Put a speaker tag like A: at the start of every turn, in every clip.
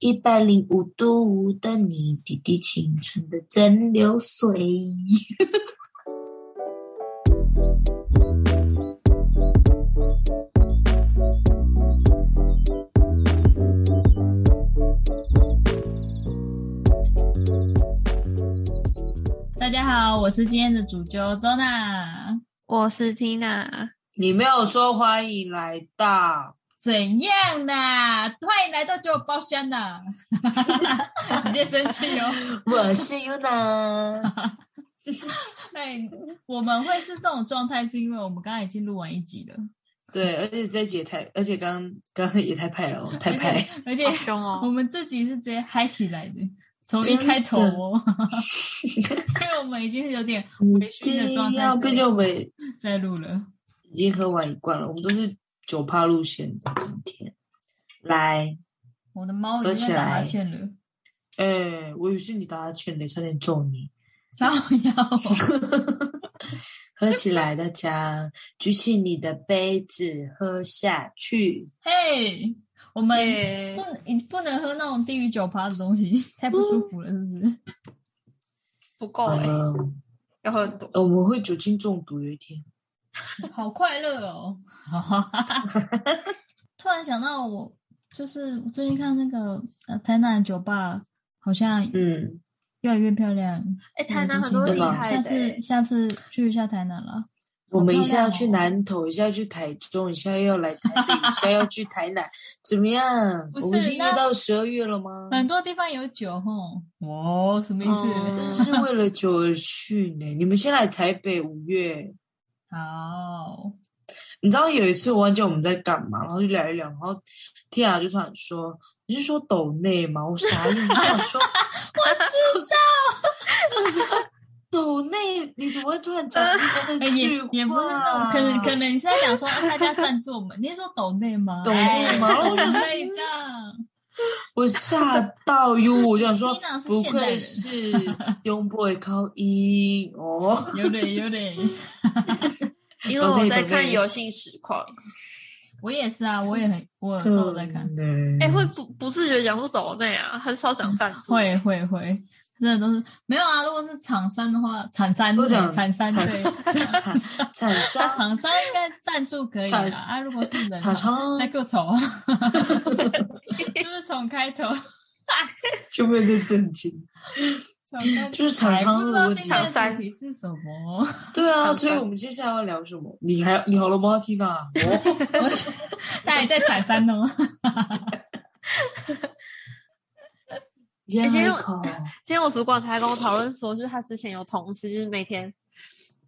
A: 一百零五度的你，滴滴清纯的蒸馏水。
B: 大家好，我是今天的主角周娜。
C: 我是 Tina，
A: 你没有说欢迎来到，
B: 怎样啦？欢迎来到九五包厢啦！ 直接生 气哦。
A: 我是 Yuna。
B: 哎，我们会是这种状态，是因为我们刚刚已经录完一集了，
A: 对，而且这一集也太，而且刚刚刚也太派了哦，太派。
B: 而且
C: 好凶
B: 我
C: 哦！
B: 们这集是直接嗨起来的，从一开头哦， 因为我们已经有点微醺的状态
A: 要，毕竟我们
B: 在录了。
A: 已经喝完一罐了，我们都是酒趴路线的。今天来，
B: 我的猫已
A: 合
B: 经
A: 起
B: 在打
A: 来
B: 哈欠了，
A: 哎、我以为是你打哈欠嘞，差点中你。
B: 然后要
A: 喝起来，大家举起你的杯子喝下去。
B: 嘿，我们
C: 耶
B: 不，你不能喝那种低于九趴的东 西，太不舒服了，是不是？
C: 不够哎、
A: 嗯，
C: 要喝很多。
A: 我们会酒精中毒有一天。
B: 好快乐哦！ 突然想到我，就是我最近看那个呃台南的酒吧，好像
A: 嗯，
B: 越来越漂亮。
C: 哎、
B: 台南很多
A: 厉
B: 下次下次去一下台南了，
A: 我们一下
B: 好漂亮哦
A: 去南投，一下去台中，一下又要来台北，一下要去台南，怎么样？
B: 不是
A: 我们已经约
B: 那嗯
A: 到十二月了吗？
B: 很多地方有酒吼。哦，什么意
C: 嗯
B: 思？
A: 真是为了酒而去呢。你们先来台北五月，
B: 好，
A: 你知道有一次我忘记我们在干嘛，然后就聊一聊，然后天雅就突然说：“你是说抖内吗？”我傻眼，我想 说，我知道，我说抖内你怎么会突然讲这
B: 哎
A: 个
B: 也
A: 句话？
B: 也不是啊那种，可能可能你是在讲说啊大家赞助我们，你是说抖内吗？
A: 抖内吗
B: 哎怎么可以这样？
A: 我吓到哟！我想 说
B: Tina，是
A: 不
B: 现代
A: 愧
B: 人
A: 是 Young Boy 靠音哦，
B: 有点有点，
C: 因为我
A: 懂
C: 在
A: 内
C: 看游戏实况，
B: 嗯我也是啊，我也很我都有在看。
A: 真的
C: 哎、会不不自觉讲出抖内啊，很少讲赞助。
B: 会会会，真的都是没有啊。如果是厂商的话，厂商
A: 都
B: 对
A: 讲
B: 厂商
A: 厂商
B: 对
A: 厂商厂商
B: 厂商应该赞助可以
A: 厂
B: 啦。啊，如果是人
A: 厂商
B: 再给我丑啊， 就是从开头
A: 就没有这震惊。
B: 从开头
A: 就是厂商的
B: 不知道
A: 问题
B: 今天
C: 厂商
B: 的主题是什么？
A: 对啊，
C: 厂商
A: 所以我们接下来要聊什么？你还你好了吗，Tina？哦，
B: 哎大家在厂商 哦，
A: 烟
C: 其实我
A: 口。
C: 今天我主管才跟我讨论说，就是他之前有同事，就是每天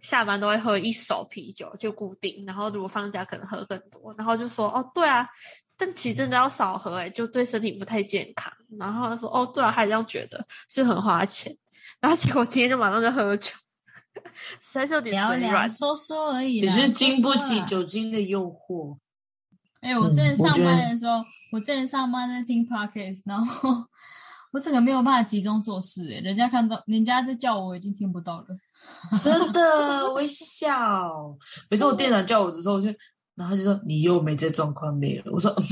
C: 下班都会喝一手啤酒，就固定，然后如果放假可能喝更多，然后就说哦，对啊，但其实真的要少喝、欸，就对身体不太健康。然后他说哦，对啊，他也这样觉得，是很花钱。然后结果今天就马上就喝酒，实在是有点
B: 聊
C: 嘴
B: 聊
C: 软。
B: 说说而已
A: 你
B: 啦。
A: 是
B: 说
A: 经不
B: 说
A: 起
B: 啦
A: 酒精的诱 惑，
B: 哎、我之前
A: 嗯我
B: 上
A: 觉得
B: 班的时候，我之前上班在听 podcast，然后我整个没有办法集中做事、哎，人家看到，人家在叫我，我已经听不到了。
A: 真的，我笑。每次我店长叫我的时候，我就，然后他就说你又没在状况内了。我说，嗯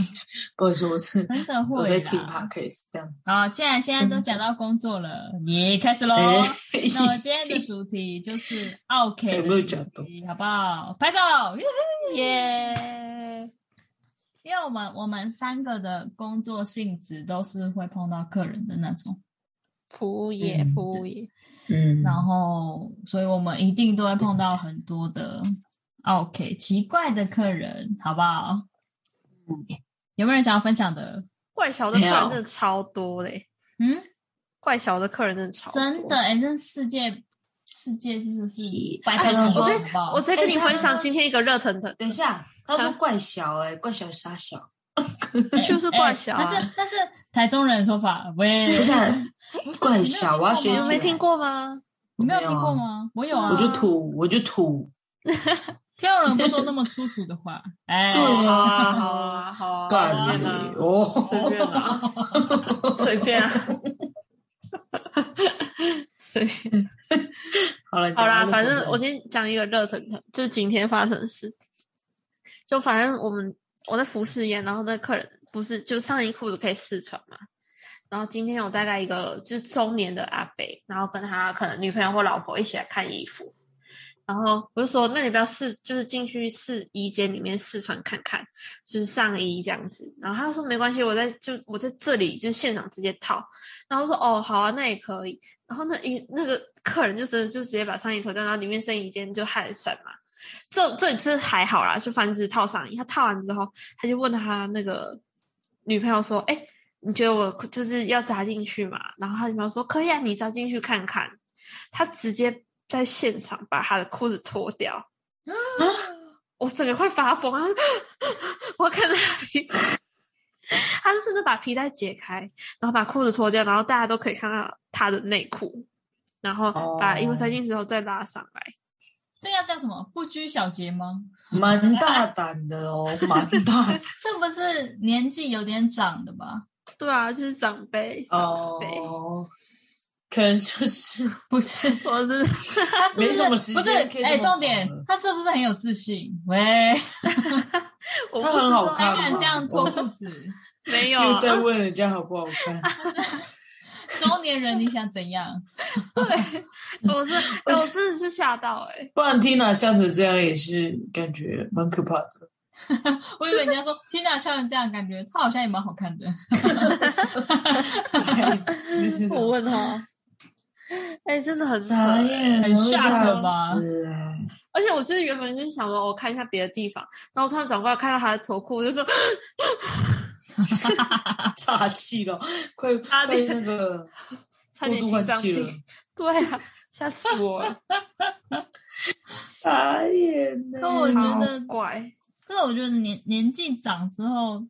A: 不好意思，我是
B: 真的会啦
A: 我在听 podcast 这样。
B: 好，现在现在都讲到工作了，也开始喽。
A: 哎
C: 哦
B: 那 我今天的主题就是奥 K
A: 有没有讲
B: 的主题，好不好？拍手，
C: 耶、
B: 因为我们我们三个的工作性质都是会碰到客人的那种，
C: 服务业，
A: 嗯
C: 服务业，
A: 嗯
B: 然后所以我们一定都会碰到很多的奥 K 奇怪的客人，好不好？
A: 嗯
B: 有没有人想要分享的？
C: 怪小的客
A: 没
C: 人
A: 有
C: 真的超多嘞、
B: 嗯，
C: 怪小的客人真的超多
B: 真的，哎、这世界世界真的是
A: 咦
B: 百花
A: 哎
B: 齐
A: 我
B: 放，
A: 在
B: 好不好
C: 我？再跟你分享今天一个热腾腾，
A: 等一下，他说怪小哎、怪小傻小。
B: 哎
C: 就是怪小
B: 哎
C: 啊
B: 但是但是台中人的说法，
C: 嗯
B: 喂，
A: 等一 下，怪小，我要
B: 你
A: 学
C: 你
B: 有
C: 们
A: 起
C: 没
A: 来。
C: 听过吗？
B: 你没有听
A: 没有
B: 过
A: 啊
B: 吗？我有啊，
A: 我就土，我就土。
B: 天有人不说那么粗俗的话，哎，
A: 对啊
C: 好啊，好啊，
A: 干
C: 随
A: 你
C: 便啊
A: 哦！
C: 随便啊，随便啊， 随便。
A: 好了，
C: 好啦，
A: 讲到
C: 反
A: 这
C: 正
A: 个
C: 我先讲一个热腾腾，就是今天发生的事。就反正我们我在服试验，然后那客人不是就上衣裤子可以试穿嘛，然后今天有大概一个就是中年的阿伯，然后跟他可能女朋友或老婆一起来看衣服，然后我就说，那你不要试，就是进去试衣间里面试穿看看，就是上衣这样子。然后他说没关系，我在就我在这里就是现场直接套。然后说哦好啊，那也可以。然后那一那个客人就真的就直接把上衣脱掉，然后里面剩一件就汗衫嘛。这这次还好啦，就反正只是套上衣。他套完之后，他就问他那个女朋友说：“哎、你觉得我就是要扎进去嘛？”然后他女朋友说：“可以啊，你扎进去看看。”他直接在现场把他的裤子脱掉，我整个快发疯啊！ 我要看到他皮，他是真的把皮带解开，然后把裤子脱掉，然后大家都可以看到他的内裤，然后把衣服塞进去之后再拉上来。
B: 这个叫什么？不拘小节吗？
A: 蛮大胆的 哦，蛮大胆
B: 这不是年纪有点长的吧？
C: 对啊，就是长辈，长辈，
A: 哦。可能就是
B: 不是，
C: 我是
B: 他是不
A: 没什
B: 是
A: 么时
B: 不是
A: 间可以？这
B: 哎，
A: 么
B: 重点
A: 忙了
B: 他是不是很有自信？喂，
C: 我
A: 他
C: 不
A: 很
C: 知
A: 好
C: 道
A: 看
B: 还敢
A: 吗
B: 这样脱裤子？
C: 没有
A: 又
C: 啊，
A: 在问人家好不好 看，
B: 中年人你想 怎样？
C: 我是哎我真的是吓到哎、
A: 不然 Tina 笑成这样也是感觉蛮可怕的。
B: 我以为人家说 Tina 笑成这样，感觉她好像也蛮好看的。
A: 是的
C: 我问他，哎、真的很扯
A: 傻
C: 欸、
A: 眼，
B: 很
A: 我会
B: shock
A: 吓
B: 吧
A: 死哎！
C: 而且我就是原本就是想说，我看一下别的地方，然后突然转过来看到他的头裤，我就 说
A: 岔气了，快
C: 差
A: 快
C: 点
A: 那个
C: 差
A: 过
C: 点
A: 度
C: 心
A: 换
C: 脏
A: 气了，
C: 病。对啊，吓死我 了！
A: 傻眼呢。
B: 可我觉得
C: 超怪，
B: 可是我觉得年年纪长之后，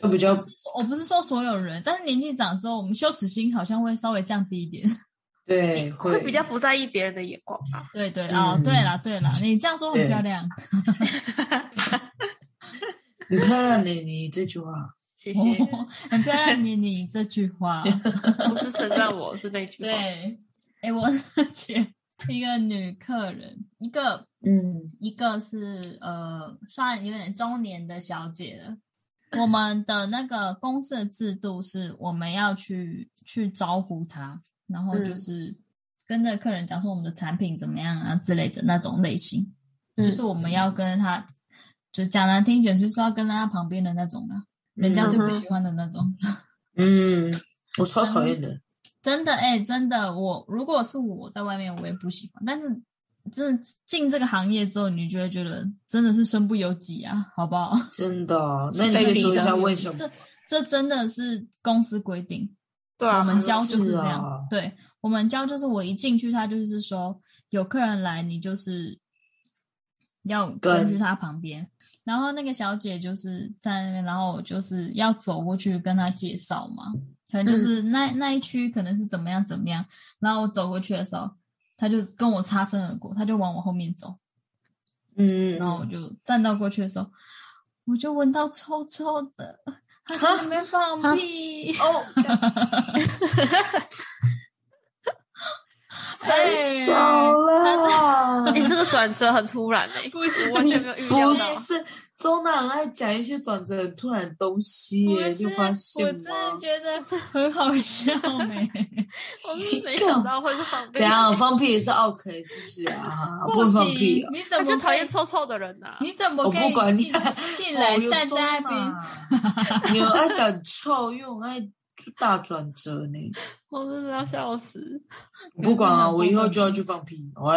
A: 就比较
B: 不是说我不是说所有人，但是年纪长之后，我们羞耻心好像会稍微降低 一点。
A: 对，
C: 会比较不在意别人的眼光吧？
B: 对对
A: 嗯
B: 哦，对啦对啦，你这样说很漂亮。
A: 你看啊你你这句话，
C: 谢谢，
B: 哦，很漂亮，你你这句话，
C: 不是称赞我，是那句话。
B: 对，哎，我 是觉得一个女客人，一个
A: 嗯，
B: 一个是呃，算有点中年的小姐了。我们的那个公司的制度是，我们要去去招呼她，然后就
C: 嗯
B: 是跟着客人讲说我们的产品怎么样啊之类的那种类型，
C: 嗯
B: 就是我们要跟她，就讲难听一点，就是要跟在她旁边的那种了，人家最不喜欢的那种。
A: 嗯，我超讨厌的，
B: 真的，哎、真的，我如果是我在外面，我也不喜欢。但是，真的进这个行业之后，你就会觉得真的是身不由己啊，好不 好？
A: 真的哦。
C: 是
A: 那你可
C: 被
A: 以
C: 逼
A: 说一
C: 的
A: 下为什么？
B: 这这真的是公司规定，
C: 对啊，
B: 我们教
A: 是
B: 就是这样。
A: 啊
B: 对我们教就是我一进去，他就是说有客人来，你就是要跟
A: 跟
B: 去他旁边。然后那个小姐就是在那边，然后我就是要走过去跟她介绍嘛，可
A: 嗯
B: 能就是那、那一区可能是怎么样怎么样。然后我走过去的时候，他就跟我擦身而过，他就往我后面走。
A: 嗯，
B: 然后我就站到过去的时候，我就闻到臭臭的，他在那边放屁。
A: 哦，
B: 哎
A: 太少了，
C: 你哎这个转折很突然诶、
B: 不是
C: 我完全没有预料
A: 不
C: 到。
A: 是周娜很爱讲一些转折很突然的东西
B: 我
A: 耶，
B: 是
A: 就发现
B: 我真的
A: 吗？
B: 觉得很好 笑欸没、
C: 我是哦没想到会是放屁
A: 怎，样放屁也是 OK 是不是啊？不
B: 不
A: 能放屁
B: 行
A: 啊！，
B: 你怎
C: 我
B: 么
C: 就讨厌
B: 可以？
C: 臭臭的人呐、
B: 你怎么
A: 我
B: 可
A: 不管
B: 以
A: 你
B: 进进来
A: 哦有
B: 站
A: 中
B: 在那边？
A: 嘛你有爱讲臭，又很爱就大转折呢。
C: 我真的要笑死。
A: 我不管啊，
B: 有真的
A: 我以后就要去放屁。 喂，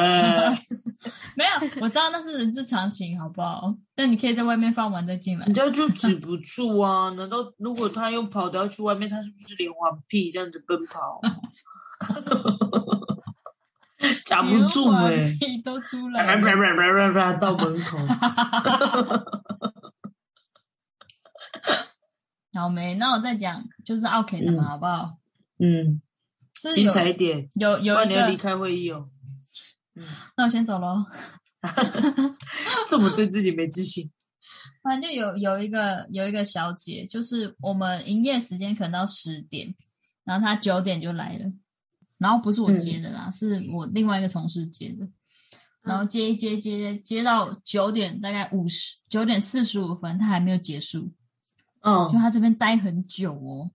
B: 没有，我知道那是人之常情，好不好？但你可以在外面放完再进来
A: 人。家就止不住啊！难道如果他用跑的要去外面，他是不是连环屁这样子奔 跑？夹不住
B: 哎、
A: 哎、
B: 屁 都出
A: 啪
B: 来
A: 啪啪
B: 了。
A: 啪啪啪啪到门 口，
B: 好没，那我再讲就是 OK 的嘛，好不好？
A: 嗯，
B: 就是
A: 精
B: 有
A: 彩一点，
B: 有
A: 不
B: 有
A: 然
B: 一
A: 你要离
B: 个，
A: 开会议哦。
B: 那我先走喽。
A: 这么对自己没自信，
B: 反正就有有一个有一个小姐，就是我们营业时间可能到十点，然后她九点就来了，然后不是我接的啦，是我另外一个同事接的，然后接一接接接接到九点大概五十九点四十五分，她还没有结束，就
A: 嗯，
B: 她这边待很久哦，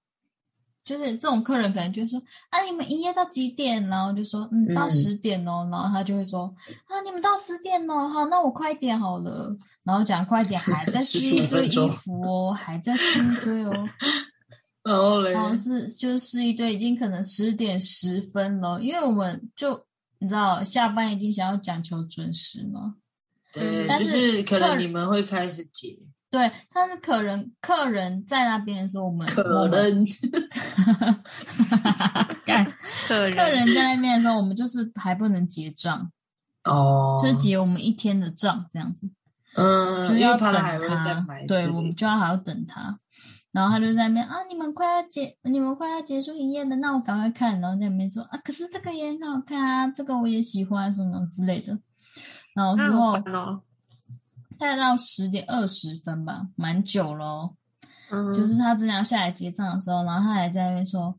B: 就是这种客人可能就说啊，你们营业到几点？然后就说嗯，到
A: 嗯
B: 十点哦。然后他就会说啊，你们到十点哦，好，那我快点好了。然后讲快点，还 在撕一
A: 15
B: 堆
A: 分
B: 衣
A: 钟
B: 服哦，还在撕一堆 哦。
A: 然后嘞，
B: 好像是就是试一堆，已经可能十点十分了，因为我们就你知道下班一定想要讲求准时嘛。
A: 对，
B: 但
A: 就是是可
B: 客
A: 能
B: 人
A: 你们会开始解
B: 对，但是客人客人在那边的时候，我们
A: 可
B: 我们
A: 能
B: 干
C: 客人
B: 客人在那边的时候，我们就是还不能结账，
A: 哦，
B: 就是结我们一天的账这样子，
A: 嗯，
B: 就是
A: 因
B: 要
A: 为
B: 等
A: 怕他还会再
B: 他
A: 买，之类
B: 对
A: 的，
B: 我们就要还要等他。然后他就在那边啊，你们快要结，你们快要结束营业了，那我赶快看。然后在那边说啊，可是这个也很好看啊，这个我也喜欢什么之类的。然后
C: 那
B: 之
C: 很
B: 后
C: 烦哦，
B: 大概到十点二十分吧，蛮久了哦、
C: 嗯，
B: 就是他正要下来结账的时候，然后他还在那边说：“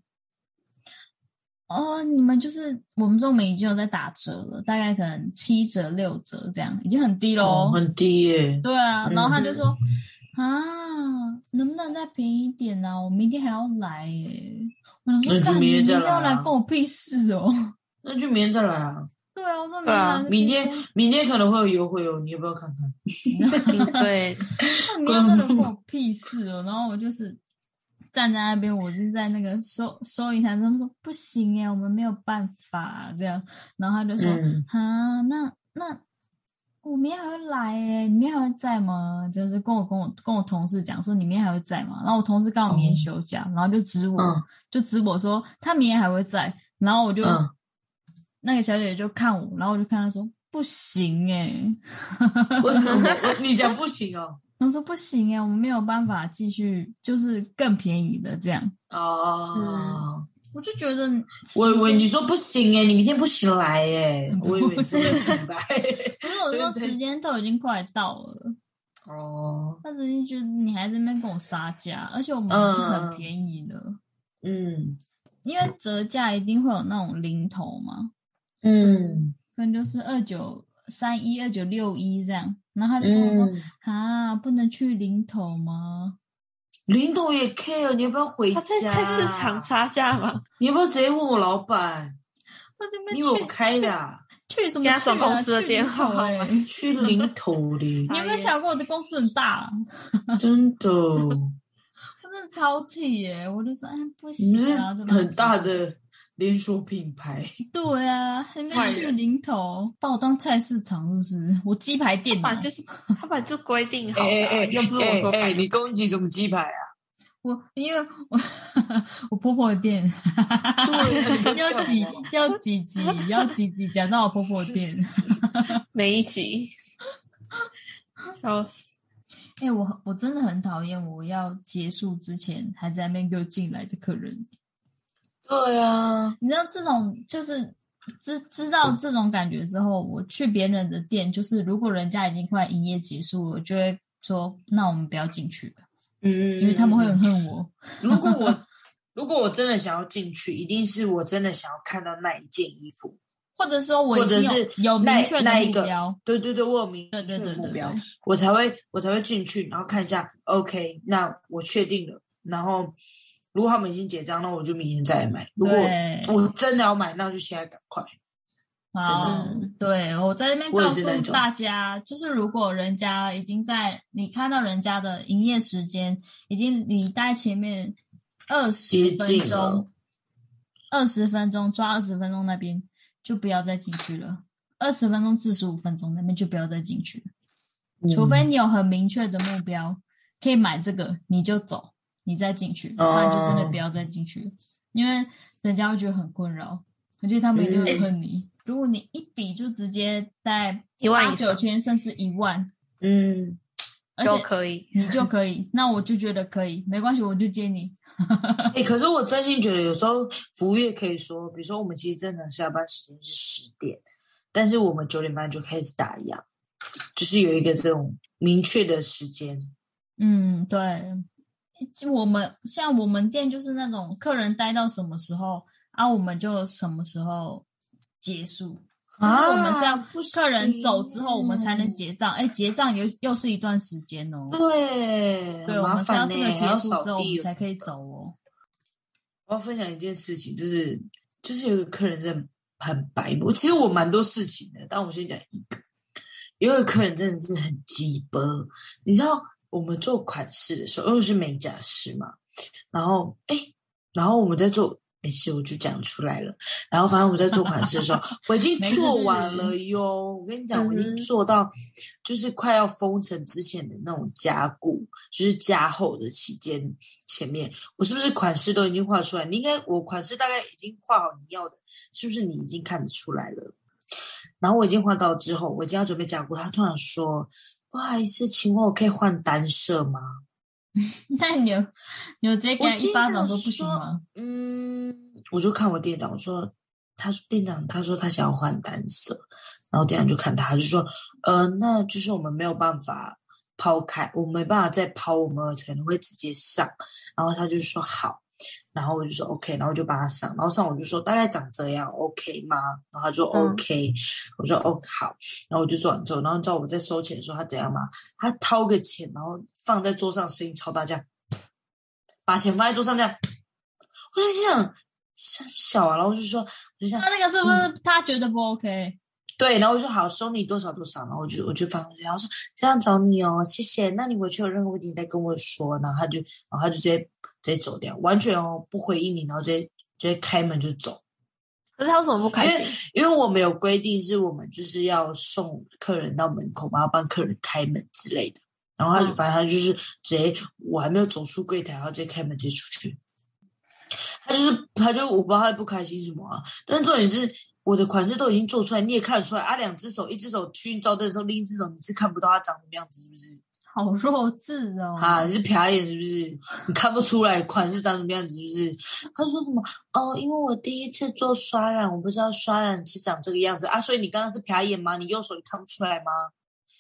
B: 哦，你们就是我们说我们已经有在打折了，大概可能七折六折这样，已经很低喽、
A: 哦很低耶，
B: 对啊，然后他就
A: 嗯
B: 说：“啊，能不能再便宜一点呢、我明天还要来耶。”我想说：“
A: 那就
B: 干，你
A: 明
B: 明
A: 天再
B: 天要
A: 来
B: 来
A: 啊
B: 关我屁事哦。
A: 那就明天再来啊，”
B: 对啊，我说明
C: 对
B: 天
C: 啊
B: 来是
A: 明
B: 屁
A: 天
B: 事
A: 明天可能会有优惠哦，你要不要看看？
B: 啊
C: 对，
B: 那你要真的关我屁事哦！然后我就是站在那边，我就在那个收收银台，他们说不行欸耶，我们没有办法、这样。然后他就说、
A: 嗯，
B: 啊，那那我明天还会来耶，你明天还会在吗？就是跟我跟我跟我同事讲说你明天还会在吗？然后我同事刚好明天休假，然后就指我、
A: 嗯
B: 就指我说他明天还会在，然后我就、
A: 嗯，
B: 那个小姐姐就看我，然后我就看她说不行欸耶。
A: 为什么？我你讲不行哦？
B: 然后说不行哎，我们没有办法继续，就是更便宜的这样。
A: 哦，
B: 我就觉得
A: 我以为
B: 时
A: 你
B: 间，
A: 说不行哎，你明天不行来哎，
B: 嗯
A: 我以为你是明白
B: 可是我
A: 对
B: 说
A: 对
B: 时间都已经快到了，
A: 哦，
B: 但是你觉得你还在那边跟我杀价，而且我们
A: 嗯
B: 已经很便宜了，
A: 嗯
B: 因为折价一定会有那种零头嘛，
A: 嗯
B: 可能就是二九三一、二九六一这样。然后他就跟我说、
A: 嗯，
B: 啊，不能去零头吗？
A: 林董也 care，你要不要回
C: 他
A: 家？
C: 在菜市场杀价嘛，
A: 你要不要直接问我老板？
B: 我这边
A: 你有
B: 去
A: 开的
B: 去
A: 啊？
B: 去什么去啊？
C: 加总公司的
B: 去
C: 电
B: 零头
C: 话
B: 欸
A: 哎去领头 的，
B: 你有没有
C: 傻眼
B: 想过我的公司很大、啊
A: 真的，
B: 他真的超气耶！我就说，哎，不
A: 你
B: 行
A: 们
B: 啊，
A: 是很大的连锁品牌，
B: 对啊，还没
C: 坏
B: 去
C: 人
B: 零头，把我当菜市场是不是？我鸡排店哦
C: 反
B: 呢
C: 正？就是他本来就规定好的 啊，又不是我
A: 哎
C: 说
A: 哎
C: 改的
A: 你攻击什么鸡排啊？
B: 我因为我我婆婆的店
A: 对
B: 要几要几集要几集讲到我婆婆的店。
C: 每一集，笑死，
B: 哎、我我真的很讨厌我要结束之前还在那边给我进来的客人。
A: 对啊，
B: 你知道这种就是知知道这种感觉之后，我去别人的店，就是如果人家已经快营业结束了，我就会说那我们不要进去吧，
A: 嗯
B: 因为他们会很恨我。
A: 如果我 如果我真的想要进去，一定是我真的想要看到那一件衣服。
B: 或者说我已
A: 或者
B: 经有
A: 是
B: 有
A: 那
B: 明确的
A: 那一
B: 目
A: 个
B: 标，
A: 对对对，我有明确
B: 对对对
A: 的
B: 对
A: 目
B: 对
A: 标，，我才会我才会进去，然后看一下，OK，那我确定了，然后。如果他们已经结账，那我就明天再买。如果哦
B: 对
A: 我真的要买，那就现在赶快。
B: 好
C: 真，
B: 对我在那边
A: 我也
B: 告
A: 是
B: 诉
A: 那种
B: 大家，就是如果人家已经在你看到人家的营业时间已经你大概前面二十
A: 接
B: 分
A: 近
B: 钟
A: 了，
B: 二十分钟抓二十分钟那边就不要再进去了，二十分钟至十五分钟那边就不要再进去了，除
C: 嗯
B: 非你有很明确的目标，可以买这个你就走，你再进去，
C: 哦
B: 不然就真的不要再进去了，因为人家会觉得很困扰，而且他们一定会
A: 嗯
B: 恨你。如果你一笔就直接在
C: 一万以
B: 九
C: 上
B: 千甚至一万，
A: 嗯，
B: 而
C: 都
B: 且
C: 可以，
B: 你就可 以，那我就觉得可以，没关系，我就接你。
A: 哎、可是我真心觉得有时候服务业可以说，比如说我们其实正常下班时间是十点，但是我们九点半就开始打烊，就是有一个这种明确的时间。
B: 嗯，对。就我们像我们店就是那种客人待到什么时候啊，我们就什么时候结束。就是我们是要
A: 啊不
B: 客人走之后，我们才能
A: 行
B: 结账。哎，结账又又是一段时间哦。
A: 对，
B: 对，
A: 很
B: 我
A: 麻
B: 们是要
A: 烦呢、
B: 这个
A: 还
B: 结
A: 要
B: 束之后，
A: 扫
B: 我们
A: 地
B: 才可以走哦。
A: 我要分享一件事情，就是就是有一个客人真的很白目，其实我蛮多事情的，但我们先讲一个。有一个客人真的是很鸡巴，你知道我们做款式的时候，因为我是美甲师嘛，然后哎、然后我们在做。没事，我就讲出来了。然后反正我们在做款式的时候，我已经
B: 没事
A: 做完了哟。我跟你讲，我已
C: 嗯
A: 经
C: 哼
A: 做到就是快要封城之前的那种加固，就是加厚的期间前面，我是不是款式都已经画出来？你应该我款式大概已经画好你要的，是不是你已经看得出来了？然后我已经画到之后，我已经要准备加固，他突然说：“不好意思，请问我可以换单色吗
B: 那你有你有直接给
A: 我
B: 他
A: 心
B: 一巴
A: 想
B: 掌说不行
A: 说
B: 吗？？”
A: 嗯，我就看我店长，我说：“他说店长，他说他想要换单色。”然后店长就看他，他就说：“呃，那就是我们没有办法抛开，我没办法再抛，我们可能会直接上。”然后他就说：“好。”然后我就说 OK，然后就把它上，然后上我就说大概长这样 OK 吗？然后他说
C: 嗯
A: OK，、我说 OK 好，然后我就做完之后，然后你知道我在收钱的时候他怎样吗？他掏个钱，然后放在桌上，声音超大，这样把钱放在桌上这样，我就心想三小啊，然后我就说我就想
B: 他那个是不
A: 嗯
B: 是他觉得不 OK？
A: 对，然后我就说好，收你多少多少，然后我就我就放回去，然后说这样找你哦，谢谢。那你回去有任何问题你再跟我说，然后他就然后他就直接直接走掉，完全哦不回应你，然后直接直接开门就走。
C: 可是他为什么不开心？
A: 因为我们有规定，是我们就是要送客人到门口嘛，要帮客人开门之类的。然后他就
C: 嗯
A: 反正他就是直接，我还没有走出柜台，然后直接开门直接出去。他就是他就我不知道他不开心什么啊，但是重点是我的款式都已经做出来，你也看得出来啊，两只手，一只手去照灯的时候，另一只手你是看不到他长什么样子，是不是？
B: 好弱智哦！
A: 啊，你是瞟眼是不是？你看不出来款式长什么样子是不是？他说什么？哦，因为我第一次做刷染，我不知道刷染是长这个样子啊，所以你刚刚是瞟眼吗？你右手你看不出来吗？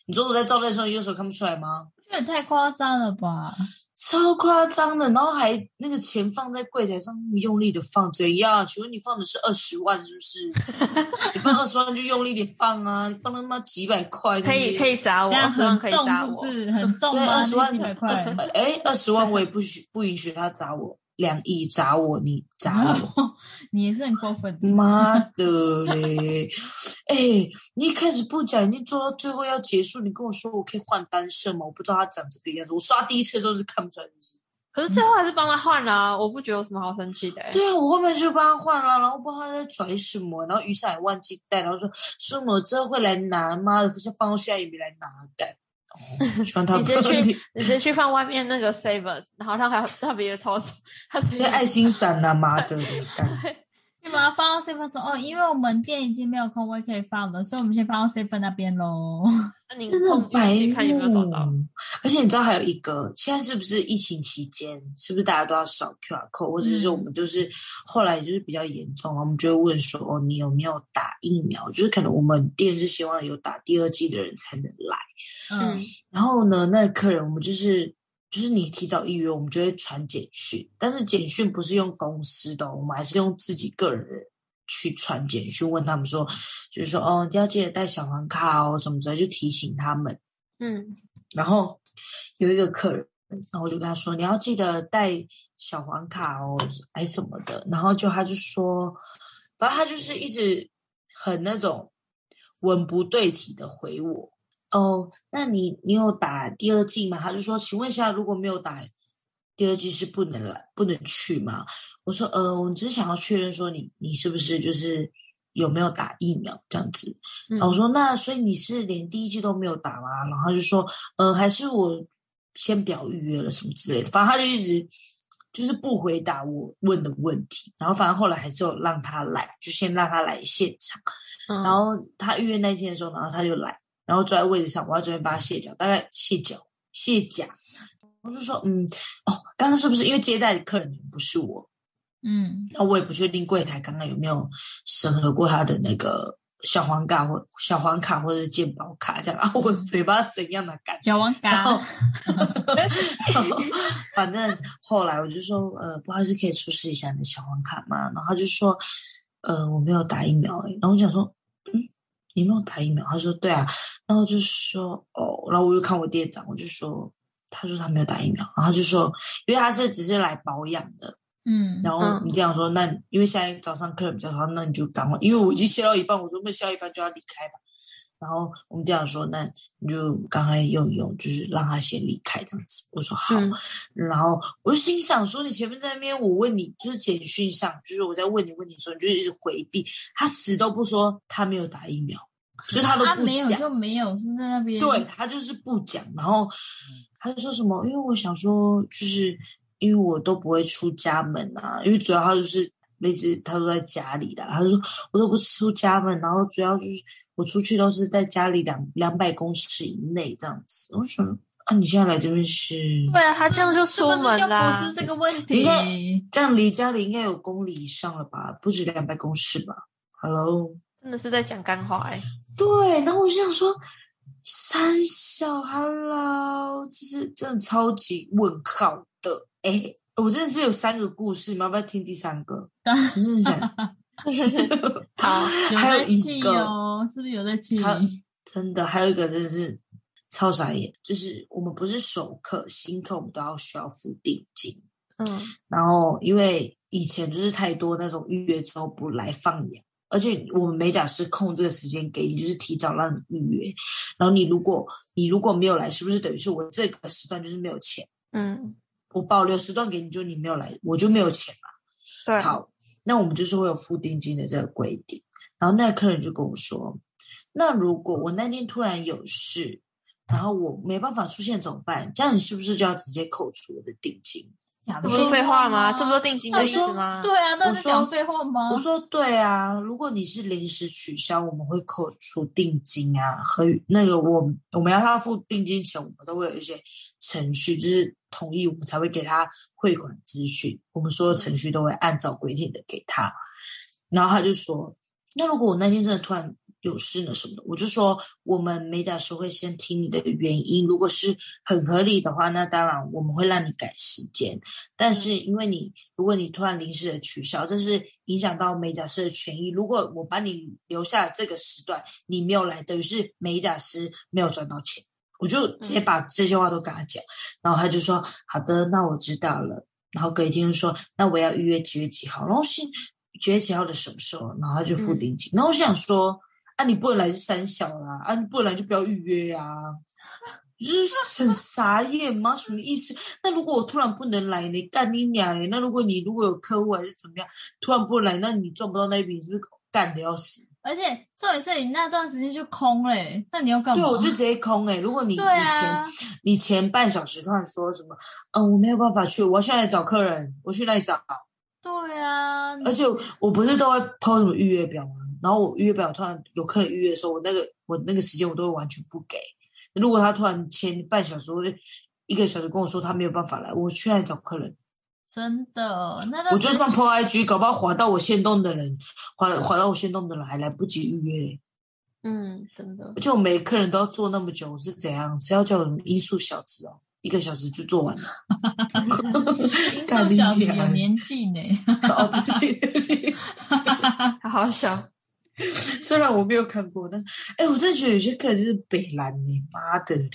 A: 你左手在照灯的时候，你右手看不出来吗？
B: 这也太夸张了吧！
A: 超夸张的，然后还那个钱放在柜台上，那么用力的放，怎样？请问你放的是二十万是不是？你放二十万就用力点放啊，你放他妈几百块，
C: 可以可
A: 以。
C: 以砸
B: 这
C: 我，
B: 样
C: 二十万
B: 很
C: 可以
B: 重
C: 砸
B: 是
C: 我
B: 不。是很重
A: 对，
B: 吗？
A: 二十
B: 那
A: 万
B: 几百块，
A: 哎，二十万我也不许不允许他砸我，两亿砸我，你
B: 啊
A: 砸我，
B: 你也是很过分的。
A: 妈的嘞！哎，你一开始不讲，你做到最后要结束，你跟我说我可以换单色吗？我不知道他长这个样子，我刷第一次的时候是看不出来的。
C: 可是最后还是帮他换了、啊，我不觉得有什么好生气的、欸。
A: 对啊，我后面就帮他换了，然后不知道他在拽什么，然后雨伞也忘记带，然后说说我之后会来拿吗？放到现在也没来拿，干。哦，希望他
C: 欸你
A: 不
C: 直
A: 要
C: 接
A: 听
C: 去，你直接去放外面那个 seven，然后让他让别人偷走，他直
A: 那
C: 接
A: 个爱心伞呐、妈的嘞，干。
B: 你把它放到 C 分说哦，因为我们店已经没有空位可以放了，所以我们先放到 C 分那边喽。
C: 那你
A: 真的
C: 碰
A: 很白
C: 运气看有没有找到。
A: 目而且你知道还有一个，现在是不是疫情期间，是不是大家都要扫 QR code，或者是我们就是、后来就是比较严重，我们就会问说哦，你有没有打疫苗？就是可能我们店是希望有打第二剂的人才能来。
B: 嗯，
A: 然后呢，那个客人我们就是就是你提早预约，我们就会传简讯，但是简讯不是用公司的哦，我们还是用自己个人的去传简讯，问他们说，就是说哦，要记得带小黄卡哦什么之类，就提醒他们。
C: 嗯
A: 然后有一个客人，然后我就跟他说：“你要记得带小黄卡哦，还什么的。”然后就他就说，反正他就是一直很那种文不对题的回我。哦，那你你有打第二季吗？他就说，请问一下，如果没有打第二季是不能来不能去吗？我说，呃，我只是想要确认说你你是不是就是有没有打疫苗这样子。
C: 嗯
A: 然后我说那所以你是连第一季都没有打吗？然后他就说呃还是我先不要预约了什么之类的，反正他就一直就是不回答我问的问题，然后反正后来还是有让他来，就先让他来现场。
C: 嗯，
A: 然后他预约那一天的时候，然后他就来，然后坐在位置上，我要准备帮他卸脚，大概卸脚卸甲。我就说，嗯，哦，刚刚是不是因为接待客人的不是我？
B: 嗯，
A: 那我也不确定柜台刚刚有没有审核过他的那个小黄卡或小黄卡或者是健保卡这样啊？我嘴巴怎样的感觉？
B: 小王
A: 然
B: 嘎，
A: 后，然后反正后来我就说，呃，不好意思，可以出示一下你的小黄卡吗？然后他就说，呃，我没有打疫苗、欸。然后我想说，嗯，你没有打疫苗？他说对啊。然后我就说，哦，然后我又看我店长，我就说，他说他没有打疫苗。然后他就说，因为他是只是来保养的，
B: 嗯，
A: 然后你跟他说，那你因为现在早上客人比较少，那你就赶快，因为我已经笑到一半，我说那笑到一半就要离开吧。然后我们店长说，那你就赶快用一用，就是让他先离开这样子。我说好，
C: 嗯
A: 然后我就心想说，你前面在那边，我问你，就是简讯上，就是我在问你问题的时候，你就一直回避，他死都不说他没有打疫苗，就是他都
B: 他
A: 不
B: 没有
A: 讲。
B: 就没有，是在那边
A: 对他就是不讲，然后他就说什么，因为我想说，就是因为我都不会出家门啊，因为主要他就是类似他都在家里的，他就说我都不出家门，然后主要就是我出去都是在家里两两百公尺以内这样子。我想，啊，你现在来这边是
C: 对啊，他这样就是出
B: 不是就
C: 门啦
B: 不。是这个问
A: 你看
B: 题？
A: 这样离家里应该有公里以上了吧？不止两百公尺吧？Hello，
C: 真的是在讲干话哎、
A: 对，然后我就想说。三小 Hello，就是真的超级问号的。哎、我真的是有三个故事，你们要不要听第三个？我真的想，
C: 好，
B: 有
A: 还有
B: 在
A: 一
B: 气
A: 个
B: 哦，是不是有在气
A: 还有
B: 你？
A: 真的还有一个真的是超傻眼，就是我们不是首客、新客，我们都要需要付定金。
C: 嗯，
A: 然后因为以前就是太多那种预约之后不来放羊，而且我们美甲师控这个时间给你，就是提早让你预约。然后你如果你如果没有来，是不是等于是我这个时段就是没有钱？
C: 嗯，
A: 我保留时段给你，就你没有来，我就没有钱嘛。
C: 对，
A: 好，那我们就是会有付定金的这个规定。然后那个客人就跟我说，那如果我那天突然有事，然后我没办法出现怎么办？这样你是不是就要直接扣除我的定金？
B: 讲
C: 这不是废话吗？这不都定金的
B: 我
C: 意
B: 说
C: 思吗？
B: 对啊，那
A: 我
B: 是
A: 说
B: 讲废话吗
A: 我？说对啊，如果你是临时取消，我们会扣除定金啊和那个我我们要他付定金前，我们都会有一些程序，就是同意我们才会给他汇款资讯，我们所有程序都会按照规定的给他。然后他就说，那如果我那天真的突然有事呢什么的，我就说我们美甲师会先听你的原因，如果是很合理的话，那当然我们会让你改时间。但是因为你，如果你突然临时的取消，这是影响到美甲师的权益。如果我把你留下这个时段，你没有来，等于是美甲师没有赚到钱。我就直接把这些话都跟他讲，然后他就说：“好的，那我知道了。”然后隔一天就说：“那我要预约几月几号？”然后是几月几号的什么时候？然后他就付
C: 嗯
A: 定金。然后我想说：“啊，你不能来是三小啦，啊，你不能来就不要预约啊。”就是很傻眼吗？什么意思？那如果我突然不能来呢？干你娘嘞！那如果你如果有客户还是怎么样，突然不来，那你赚不到那一笔，你是不是干的要死？
B: 而且重点是你那段时间就空嘞、那你要干嘛？
A: 对，我就直接空哎、欸。如果你、
B: 对
A: 你前
B: 啊，
A: 你前半小时突然说什么，嗯、我没有办法去，我要去那里找客人，我去那里找。
B: 对啊，
A: 而且我不是都会抛什么预约表吗？然后我预约表突然有客人预约的时候，我那个我那个时间我都会完全不给。如果他突然前半小时或者一个小时跟我说他没有办法来，我去那里找客人。
B: 真的那段
A: 我
B: 时
A: 就
B: 间
A: 算 po IG，搞不好滑到我线动的人，滑滑到我线动的人还来不及预约嘞。
C: 嗯，真的，
A: 就每个客人都要做那么久，是怎样？谁要叫我们艺术小子哦？一个小时就做完了。
B: 因
A: 干
B: 素小
A: 你
B: 子有
A: 娘
B: 年纪呢、
A: 哦，对不起，对不起。
C: 好好笑。
A: 虽然我没有看过，但哎、我真的觉得有些客人就是北蓝你妈的嘞！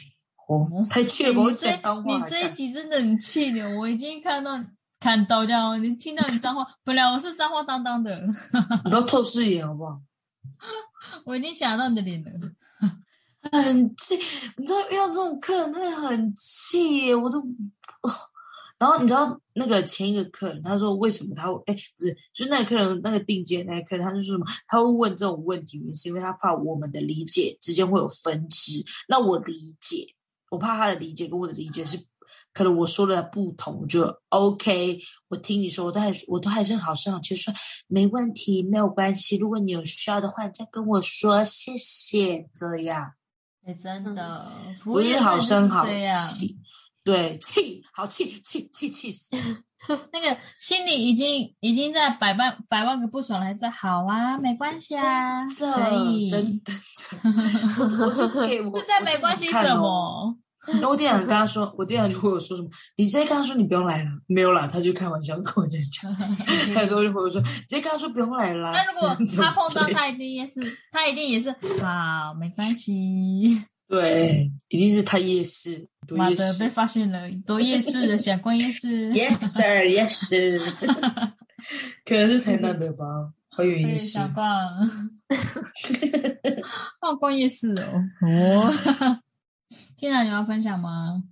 A: 我太气了，我
B: 哦你
A: 讲
B: 这
A: 脏话
B: 你
A: 还
B: 这一
A: 干。
B: 集真的很气的，我已经看到看到这样，你听到你脏话，本来我是脏话当当的，
A: 你不要透视眼好不好？
B: 我已经想到你的脸了。
A: 很气，你知道遇到这种客人真的很气耶，我都。哦然后你知道那个前一个客人，他说为什么他会哎不是，就是那个客人那个定金的那个客人，他就说什么他会问这种问题，原因是因为他怕我们的理解之间会有分支。那我理解，我怕他的理解跟我的理解是可能我说的不同，我就 OK，我听你说，我都还我都还是好声好气说没问题，没有关系，如果你有需要的话，你再跟我说，谢谢，这样。
B: 哎、真的，服务
A: 我
B: 业
A: 是好
B: 真
A: 生
B: 的
A: 好
B: 是这样，
A: 气，对，气，好气，气气气死！
B: 那个心里已经已经在百万百万个不爽了，还是在好啊，没关系啊，可
A: 这
B: 以，
A: 真的，我我就给我
B: 这在没关系什？
A: 我就想看
B: 么？
A: 哦然后我店长跟他说，我店长就回我说什么，你直接跟他说你不用来了，没有啦，他就开玩笑跟我这样讲。 他说就回我说，直接跟他说不用来了啦。
B: 那如果
A: 怎么怎
B: 他
A: 么
B: 碰
A: 之
B: 到
A: 类的
B: 他，一定也是，他一定也是好，没关系。
A: 对，一定是他夜市。读
B: 妈
A: 夜
B: 的，被
A: 市
B: 发现了，多夜市了，想逛夜市。
A: ，Yes sir，Yes sir，可 能是台南的吧，好有
B: 对，
A: 意思。
B: 想 逛，哦，逛夜市哦。哦，天然你要分享吗？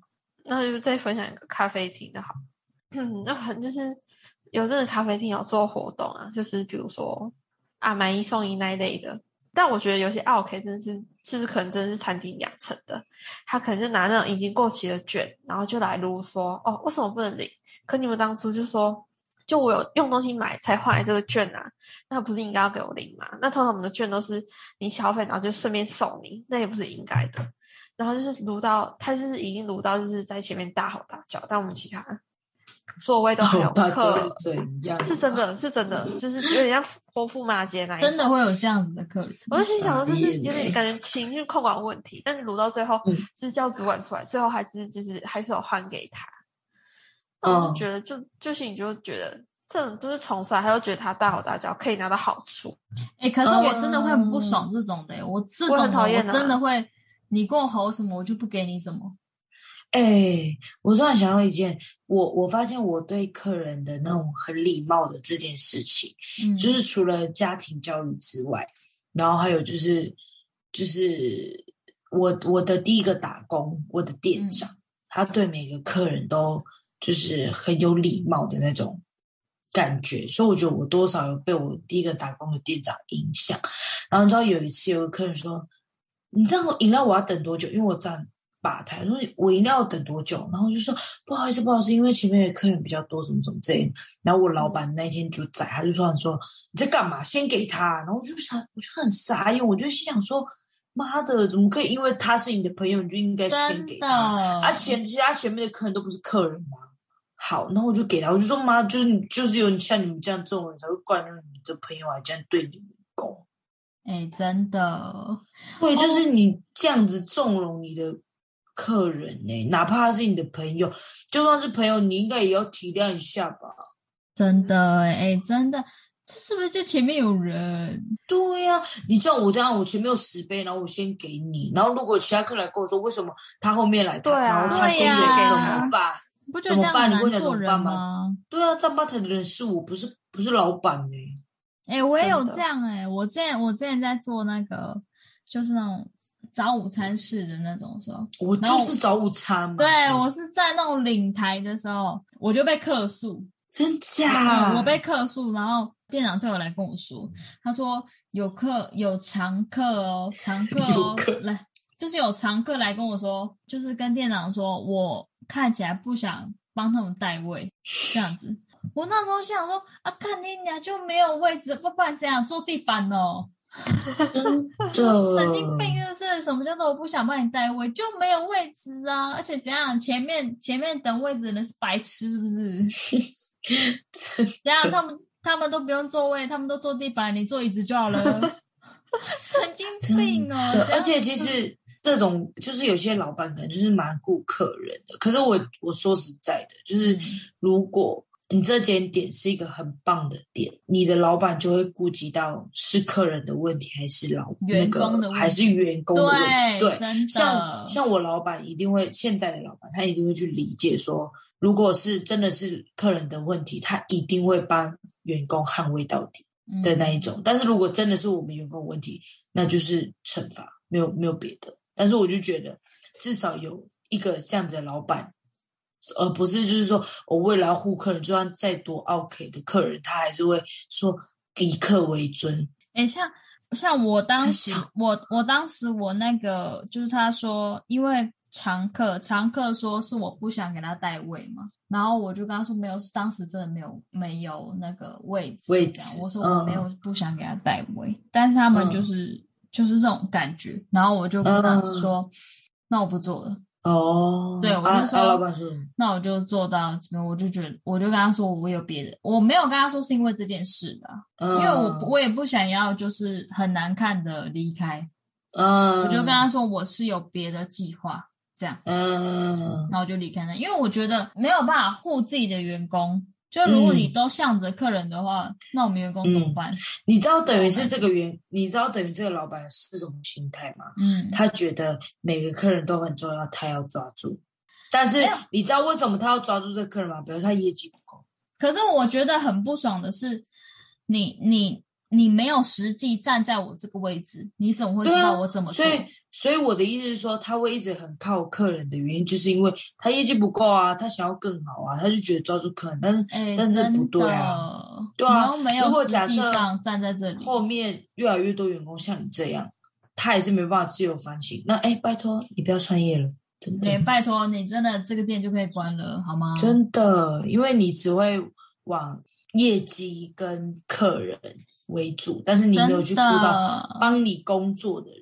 C: 那就再分享一个咖啡厅的好。 嗯，那反正就是有这个咖啡厅有做活动啊，就是比如说啊买一送一那一类的。但我觉得有些 OK 真的是，就是可能真的是餐厅养成的，他可能就拿那种已经过期的券，然后就来撸说哦，为什么不能领？可你们当初就说，就我有用东西买才换来这个券啊，那不是应该要给我领吗？那通常我们的券都是你消费，然后就顺便送你，那也不是应该的。然后就是撸到，他就是已经撸到，就是在前面大吼大叫，但我们其他座位都还有
A: 好大家
C: 客
A: 哦是，怎样？
C: 是真的是真的，就是有点像泼妇骂街那一种。
B: 真的会有这样子的客人？
C: 我就心想说，就
A: 傻
C: 是
A: 眼
C: 有点
A: 欸
C: 感觉情绪控管问题，但是撸到最后，
A: 嗯
C: 是叫主管出来，最后还是就是还是有换给他。那我就
A: 嗯
C: 觉得就就是你就觉得这种就是从出来，他就觉得他大吼大叫可以拿到好处，
B: 哎、可是我真的会很不
A: 嗯
B: 爽这种的、欸我这种
C: 我
B: 的
C: 很讨厌啊
B: 我真的会，你跟我吼什么，我就不给你什么。
A: 哎、我突然想到一件，我我发现我对客人的那种很礼貌的这件事情，
B: 嗯，
A: 就是除了家庭教育之外，然后还有就是就是我我的第一个打工，我的店长、他对每个客人都就是很有礼貌的那种感觉，所以我觉得我多少有被我第一个打工的店长影响。然后你知道有一次有个客人说：“你知道饮料我要等多久？因为我站。”吧台，说我饮料要等多久？然后我就说不好意思，不好意思，因为前面的客人比较多，什么什么之类的。然后我
B: 嗯
A: 老板那天就宰，他就突然说：“你在干嘛？先给他。”然后我就想，我就很傻眼，我就心想说：“妈的，怎么可以？因为他是你的朋友，你就应该先
B: 真
A: 给
B: 的，
A: 他。而且其他前面的客人都不是客人嘛。”好，然后我就给他，我就说：“妈，就是你，就是有你像你们这样这种人才会惯着你的朋友还啊这样对你员工。
B: 哎、真的，
A: 对，
B: 哦
A: 就是你这样子纵容你的客人呢、哪怕他是你的朋友，就算是朋友，你应该也要体谅一下吧。”
B: 真的、哎、真的，这是不是就前面有人？
A: 对呀、你叫我这样，我前面有十杯，然后我先给你，然后如果其他客人来跟我说为什么他后面来，
C: 对啊
A: 然后他先给
B: 对呀
A: 怎么办？
B: 你不觉得这样很
A: 怎么办你跟我
B: 难
A: 讲
B: 做
A: 怎么
B: 人
A: 办吗
B: 吗？
A: 对啊，站吧台的人是我，不是不是老板欸呢、
B: 哎、我也有
C: 真的
B: 这样哎、我之前我之前在做那个，就是那种早午餐室的那种的时候，
A: 我
B: 然后
A: 就是早午餐嘛。
B: 对我是在那种领台的时候，我就被客诉，
A: 真假？
B: 我被客诉，然后店长就有来跟我说，他说有客有常客哦，常客哦
A: 有客，
B: 来就是有常客来跟我说，就是跟店长说我看起来不想帮他们代位这样子。我那时候想说啊，看你俩就没有位置，不不然谁想啊坐地板哦？
A: 这
B: 神经病是不是？什么叫做我不想帮你代位，就没有位置啊？而且怎样，前面前面等位置的人是白痴是不是？
A: 真
B: 等一下他们他们都不用座位，他们都坐地板，你坐椅子就好了。 神经病哦！
A: 对
B: 这样，
A: 而且其实这种就是有些老板可能就是蛮顾客人的，可是我我说实在的，就是
B: 嗯
A: 如果你这间店是一个很棒的店，你的老板就会顾及到是客人的问题还是老
B: 员工
A: 那个
B: 的问题
A: 还是员工的问题，对
B: 对，。真的
A: 像像我老板一定会，现在的老板他一定会去理解说，如果是真的是客人的问题，他一定会帮员工捍卫到底。的那一
B: 嗯
A: 种。但是如果真的是我们员工问题，那就是惩罚，没有没有别的。但是我就觉得，至少有一个这样子的老板，而不是就是说我为了要护客人，就算再多 OK 的客人，他还是会说以客为尊。
B: 哎、像像我当时
A: 真小，
B: 我我当时我那个就是他说，因为常客常客说是我不想给他带位嘛，然后我就跟他说没有，是当时真的没有没有那个位置
A: 位
B: 这样
A: 置嗯
B: 我说我没有不想给他带位，但是他们就是、就是这种感觉，然后我就跟他
A: 嗯
B: 说，那我不做了。
A: 哦，
B: 对我就
A: 啊
B: 说
A: 啊，老板说，
B: 那我就做到这边，我就觉得，我就跟他说，我有别的，我没有跟他说是因为这件事的啊，
A: 嗯，
B: 因为我不我也不想要就是很难看的离开，
A: 嗯，
B: 我就跟他说我是有别的计划，这样，
A: 嗯，
B: 然后我就离开那，因为我觉得没有办法护自己的员工，就如果
A: 嗯
B: 你都向着客人的话，那我们员工怎么办？
A: 你知道等于是这个原，你知道等于这个老板是什么心态吗？
B: 嗯，
A: 他觉得每个客人都很重要，他要抓住。但是
B: 没有
A: 你知道为什么他要抓住这个客人吗？比如他业绩不够，
B: 可是我觉得很不爽的是，你你你没有实际站在我这个位置，你怎么会知
A: 对啊
B: 道我怎么做
A: 所？以所以我的意思是说，他会一直很靠客人的原因，就是因为他业绩不够啊，他想要更好啊，他就觉得抓住客人，但是
B: 哎、
A: 但是
B: 真
A: 不对啊
B: 的
A: 对啊
B: 你又没
A: 如
B: 有
A: 果
B: 实
A: 假
B: 际
A: 设
B: 上站在这里，
A: 后面越来越多员工像你这样，他也是没办法自由反省。那哎，拜托你不要创业了，真的
B: 对，哎拜托你真的这个店就可以关了，好吗？
A: 真的，因为你只会往业绩跟客人为主，但是你没有去
B: 真
A: 顾到
B: 的，
A: 帮你工作的人。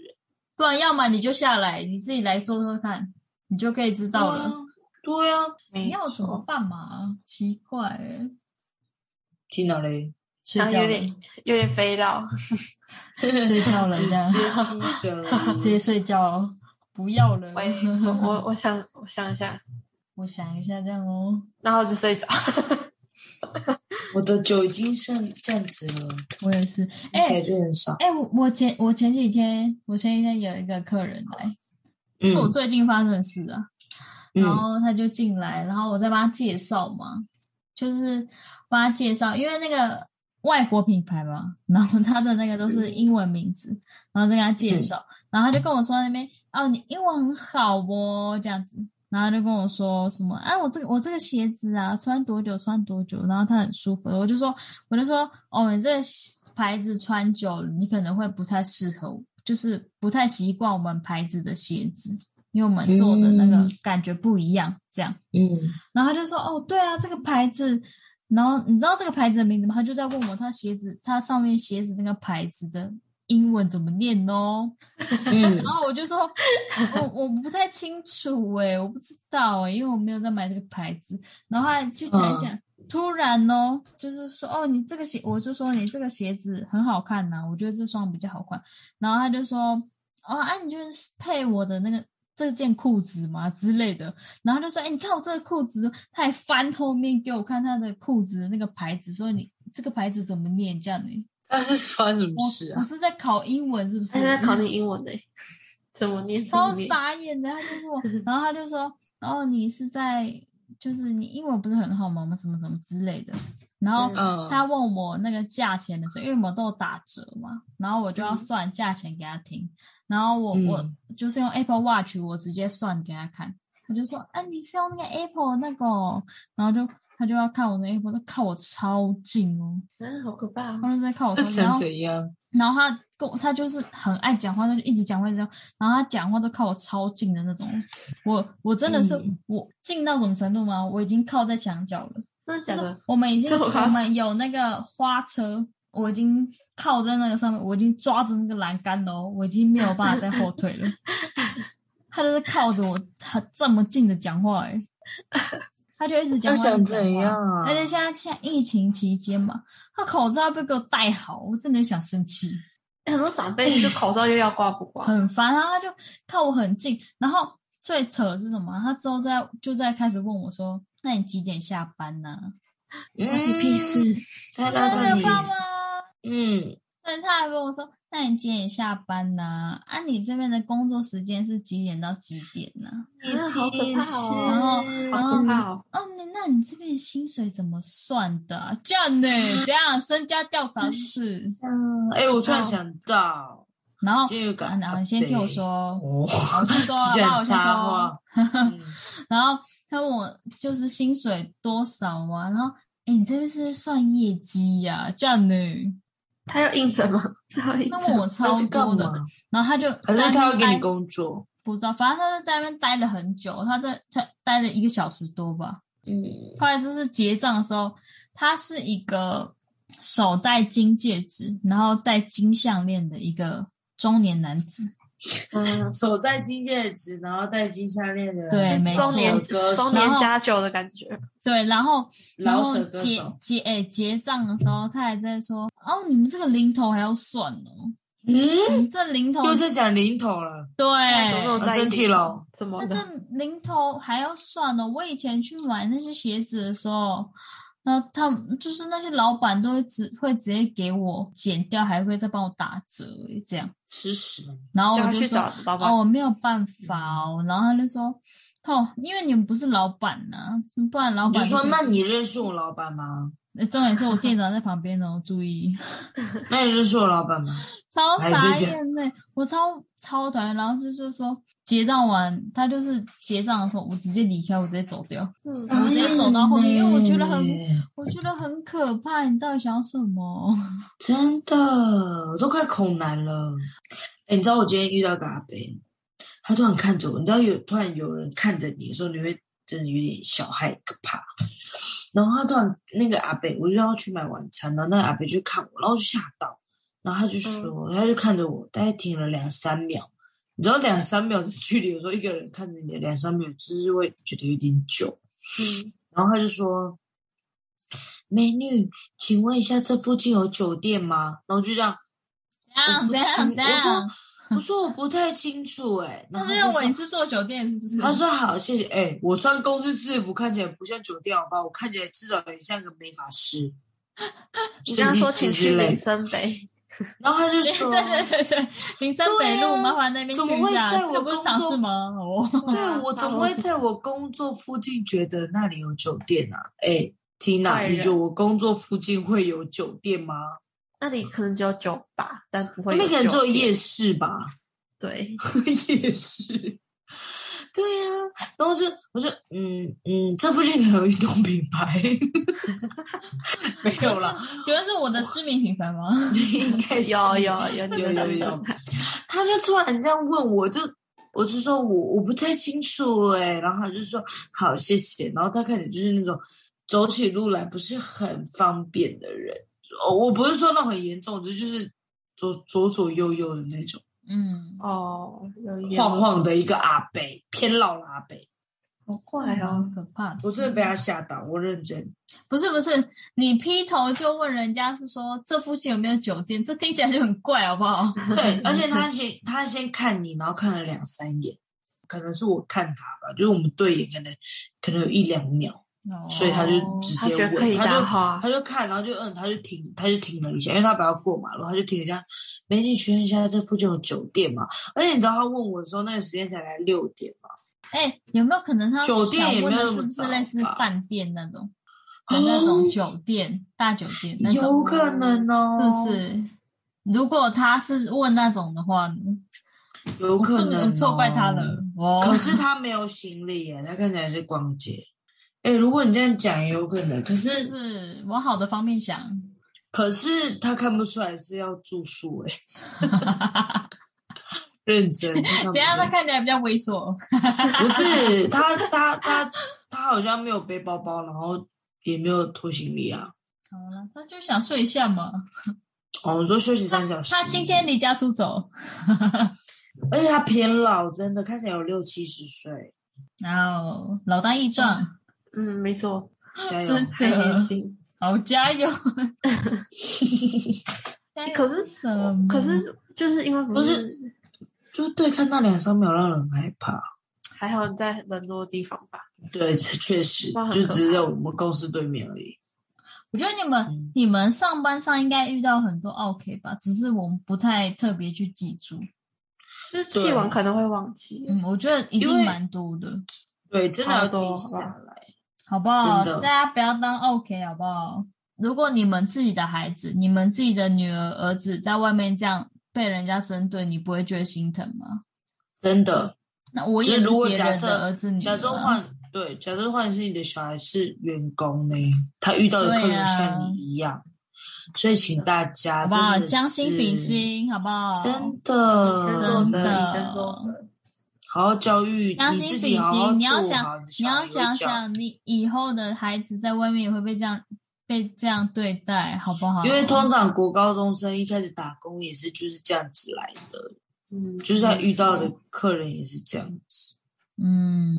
B: 不然要么你就下来，你自己来做做看，你就可以知道了。
A: 对啊，
B: 你
C: 没
B: 要怎么
C: 错，
B: 办嘛？奇怪、欸，
A: 听到嘞，
B: 睡觉
C: 然啊后
B: 了，
C: 有点有点肥料，
B: 睡觉了，
A: 直
B: 这
A: 接
B: 样
A: 出手
B: 直接睡觉哦，不要了。
C: 喂，我我我想我想一下，
B: 我想一下，这样哦。
C: 然后就睡着。
A: 我的酒精剩这样子了，
B: 我也是，哎、
A: 起来就很少。
B: 哎、我我前我前几天，我前几天有一个客人来，是我
A: 嗯
B: 最近发生的事啊。然
A: 嗯
B: 后他就进来，然后我再帮他介绍嘛，就是帮他介绍，因为那个外国品牌嘛，然后他的那个都是英文名字，然后再跟他介绍，然后他就跟我说那边哦，你英文很好哦，这样子，然后他就跟我说什么啊，我这个我这个鞋子啊，穿多久穿多久，然后它很舒服，我就说我就说哦，你这个牌子穿久了，你可能会不太适合，就是不太习惯我们牌子的鞋子。因为我们做的那个
A: 嗯
B: 感觉不一样，这样。
A: 嗯，
B: 然后他就说：“哦，对啊，这个牌子。”然后你知道这个牌子的名字吗？他就在问我，他鞋子，他上面鞋子那个牌子的英文怎么念哦？
A: 嗯
B: 然后我就说，我我不太清楚诶、我不知道诶、因为我没有在买这个牌子。然后他就讲一
C: 嗯
B: 讲，突然哦，就是说哦，你这个鞋，我就说你这个鞋子很好看呐、我觉得这双比较好看。然后他就说，哦，啊，你就是配我的那个。这件裤子嘛之类的，然后他就说：“哎、你看我这个裤子。”他还翻后面给我看他的裤子的那个牌子，说：“你这个牌子怎么念？”这样呢、
A: 那是发生什么
B: 我
A: 事
B: 我
A: 啊？
B: 是在考英文是不是？
C: 哎他在考你英文呢、怎么念？怎
B: 超
C: 么念？
B: 傻眼的，他就 说，然后他就说，哦，你是在，就是你英文不是很好吗？我们什么什么之类的。然后
A: 嗯
B: 他问我那个价钱的时候，因为我们都有打折嘛，然后我就要
C: 嗯
B: 算价钱给他听。然后我、
A: 嗯
B: 我就是用 Apple Watch，我直接算给他看。我就说，啊，你是用那个 Apple 那个哦、然后就他就要看我的 Apple，他靠我超近哦，
C: 嗯，好可怕、哦！
B: 他就在看我
A: 那
B: 超近，
A: 想
B: 然后
A: 怎样？
B: 然后他跟我，他就是很爱讲话，他就一直讲话，一直讲话。然后他讲话都靠我超近的那种，我我真的是、
A: 嗯
B: 我近到什么程度吗？我已经靠在墙角了，
C: 真的
B: 就
C: 假
B: 是
C: 的？
B: 我们已经
C: 这么夸
B: 我
C: 张
B: 们有那个花车，我已经靠在那个上面，我已经抓着那个栏杆了哦，我已经没有办法再后退 了。他就是靠着我，他这么近的讲话、欸，他就一直讲
A: 那
B: 话，
A: 想
B: 一直讲
A: 怎
B: 话
A: 样啊
B: 而且现在现在疫情期间嘛，他口罩被给我戴好，我真的想生气。
C: 欸 很多长辈就口罩又要挂不 挂？
B: 很烦，然后他就靠我很近，然后最扯的是什么？他之后在就在开始问我说：“那你几点下班呢、
A: 嗯
C: 关你屁事！
A: 他拉
B: 那
A: 上
B: 可
A: 你，
B: 怕吗？
A: 嗯，
B: 所以他还问我说：“那你几点下班呢、啊？你这边的工作时间是几点到几点呢、
C: 啊好可
A: 屁
C: 怕
A: 事
C: 哦
B: 嗯
C: 好可怕哦！
B: 哦，那那你这边的薪水怎么算的啊、这样呢？这样身家调查是？
A: 嗯，哎，我突然想到，
B: 然后，
A: 这个
B: 哦啊然后你先听我说，
A: 哦，
B: 好我先 说啊，
A: 其实很
B: 然后我先说
A: 插
B: 啊。
A: 话，嗯
B: 然后他问我就是薪水多少啊？然后，哎，你这边是不是算业绩呀、这样呢？
C: 他要应什么？ 他要应
B: 他
C: 什
B: 问
C: 么？
B: 我
A: 那
B: 超
A: 是干
B: 多的，
A: 嘛？
B: 然后他就
A: 可是他要给你
B: 工，
A: 工作，
B: 不知道，反正他就在那边待了很久，他在他待了一个小时多吧。
A: 嗯
B: 后来就是结账的时候，他是一个手戴金戒指，然后戴金项链的一个中年男子，
C: 嗯，
A: 手戴金戒指，然后戴金项链的，
B: 对没错
C: 中年
A: 歌手
C: 中年加酒的感觉，
B: 对，然后然
A: 老
B: 后
A: 舍歌
B: 结
A: 手
B: 结诶、结账的时候，他还在说：“哦，你们这个零头还要算哦，
A: 嗯，
B: 你们这零头
A: 又在讲零头了，
B: 对，
A: 哎
C: 有没有在意
A: 生气了？
C: 怎么
B: 那
C: 了？
B: 这零头还要算哦。我以前去买那些鞋子的时候，那他们就是那些老板都会直会直接给我剪掉，还会再帮我打折这样。
A: 吃屎！
B: 然后
C: 叫
B: 我
C: 他
B: 就
C: 去
B: 说
C: 找老板
B: 哦哦，我没有办法哦。然后他就说，哦，因为你们不是老板呐、不然老
A: 你
B: 板
A: 就说
B: 可以
A: 那你认识我老板吗？
B: 呃重点是我店长在旁边哦，注意，
A: 那你认识我老板吗？
B: 超
A: 哎
B: 傻
A: 再见
B: 眼呢、我超超讨厌。然后就就说结账完，他就是结账的时候，我直接离开，我直接走掉，
A: 哦
C: 嗯
B: 我直接走到后面，因为我觉得很
A: 哎，
B: 我觉得很可怕。你到底想要什么？
A: 真的，我都快恐难了。哎，你知道我今天遇到一个阿伯，他突然看着我，你知道有突然有人看着你的时候，你会真的有点小害怕。然后他突然那个阿伯，我就要去买晚餐，然后那个阿伯就看我，然后我就吓到，然后他就说，他就看着我，大概停了两三秒。你知道两三秒的距离，有时候一个人看着你的两三秒，就是会觉得有点久。
C: 嗯，
A: 然后他就说：“美女，请问一下，这附近有酒店吗？”然后就这样，
B: 怎样
A: 我不
B: 怎样
A: 清
B: 怎
A: 我说
B: 样？
A: 我说我不太清楚哎、然
B: 他
A: 后
B: 是
A: 就
B: 认为你
A: 说
B: 是做酒店是不是？
A: 他说好，谢谢。哎、我穿公司制服看起来不像酒店好吧？我看起来至少很像个美发师、
C: 你
A: 设
C: 刚刚
A: 计
C: 说
A: 师
C: 请
A: 之
C: 去
A: 类
C: 民
A: 的。
C: 生北，
A: 然后他就
B: 对
A: 说：“
B: 对对对，林森北
A: 对
B: 路
A: 啊
B: 麻烦那边
A: 怎么
B: 去一
A: 会
B: 下，
A: 在
B: 这
A: 我
B: 个不是
A: 工
B: 常
A: 作
B: 事吗？哦，
A: 对我怎么会在我工作附近觉得那里有酒店啊？哎，Tina，
C: 坏
A: 你
C: 人
A: 觉得我工作附近会有酒店吗？
C: 那里可能只有酒吧，但不
A: 那
C: 会有
A: 边可能只有
C: 酒店
A: 夜市吧。”
C: 对，
A: 也是，对呀、然后就我就嗯嗯，这附近可能有运动品牌， 没有啦，
B: 请问是我的知名品牌吗？
A: 应该是
C: 有有有你
A: 有有
C: 们的
A: 有，他就突然这样问我，就我就说我我不太清楚哎、然后他就说好谢谢，然后他看起来就是那种走起路来不是很方便的人，哦，我不是说那种很严重，只是就是左左左右右的那种
B: 嗯，
C: 哦，有一点
A: 晃晃的一个阿伯，偏老的阿伯。
C: 好
A: 哎
C: 怪
B: 蛮
C: 哦，
B: 可怕的。
A: 我真的被他吓到，我认真。
B: 不是不是，你劈头就问人家是说这附近有没有酒店，这听起来就很怪，好不好？
A: 对，而且他先他先看你，然后看了两三眼，可能是我看他吧，就是我们对眼可能可能有一两秒，
B: 哦
A: 所以他就直
C: 他
A: 接
C: 觉
A: 问，
C: 得可以
A: 他
C: 搭
A: 就
C: 话，
A: 他就看，然后就嗯，他就停，他就停了一下，因为他不要过马路，他就停了一下。哎美女，请问一下，这附近有酒店吗？而且你知道他问我的时候，那个时间才来六点嘛，
B: 哎、有没有可能他
A: 酒店
B: 想
A: 也
B: 问
A: 没有
B: 的
A: 那
B: 是
A: 么
B: 不是类似
A: 早吧
B: 饭店那种的那种酒店大酒店那
A: 哦有
B: 种，
A: 可能哦，
B: 是不是？如果他是问那种的话，
A: 有
B: 我
A: 可
B: 是不
A: 能、
B: 是
A: 哦、
B: 错怪他了？哦，
A: 可是他没有行李耶，他看起来是逛街。哎、如果你这样讲也有可能，可
B: 就是是往好的方面想，
A: 可是他看不出来是要住宿哎、 认真。他看不出
B: 怎样？他
A: 来
B: 看起来比较猥琐，
A: 不是他他他他好像没有背包包，然后也没有拖行李啊。
B: 好了，他就想睡一下嘛。
A: 哦，我说休息三小时。
B: 他今天离家出走，
A: 而且他偏老，真的看起来有六七十岁，
B: 然后老当益壮，
C: 嗯，没错，
A: 加油！
B: 啊 真
C: 还年
B: 的，
C: 轻。
B: 好加油！
C: 可是
B: 什么？
C: 可是就是因为不
A: 不是
C: 是
A: 就是对看那两三秒让人害怕。
C: 还好你在人多的地方吧？
A: 对，这确实
C: 哇很
A: 就
C: 可
A: 只
C: 怕
A: 有我们公司对面而已。
B: 我觉得你们、
A: 嗯
B: 你们上班上应该遇到很多 OK 吧，只是我们不太特别去记住。
C: 就是气
A: 对
C: 完可能会忘记。
B: 啊嗯，我觉得一
A: 因
B: 定
A: 为
B: 蛮多的，
A: 对，真的要
C: 好
A: 记
C: 多
A: 下
C: 好
A: 来。
B: 好不好？
A: 真的
B: 大家不要当 OK 好不好？如果你们自己的孩子、你们自己的女儿、儿子在外面这样被人家针对，你不会觉得心疼吗？
A: 真的，
B: 那我也
A: 就是是如果
B: 别
A: 假
B: 人的
A: 设
B: 儿子女儿啊、
A: 假设换对，假设换是你的小孩是员工呢，他遇到的客
B: 对
A: 人
B: 啊
A: 像你一样，所以请大家
B: 好不
A: 真
B: 好？
A: 的是
B: 将心比，心，好不好？
A: 真
C: 以身
A: 的
C: 作则，
B: 真的
C: 以身作则。
A: 好好教育
B: 将
A: 你
B: 心
A: 自
B: 比
A: 己，好好
B: 心，你要
A: 做
B: 想
A: 好的，
B: 你
A: 小
B: 要
A: 孩
B: 想
A: 有教，
B: 想，你以后的孩子在外面也会被这样被这样对待，好不好？
A: 因为通常国高中生一开始打工也是就是这样子来的，
C: 嗯，
A: 就是他遇到的客人也是这样子，
B: 嗯，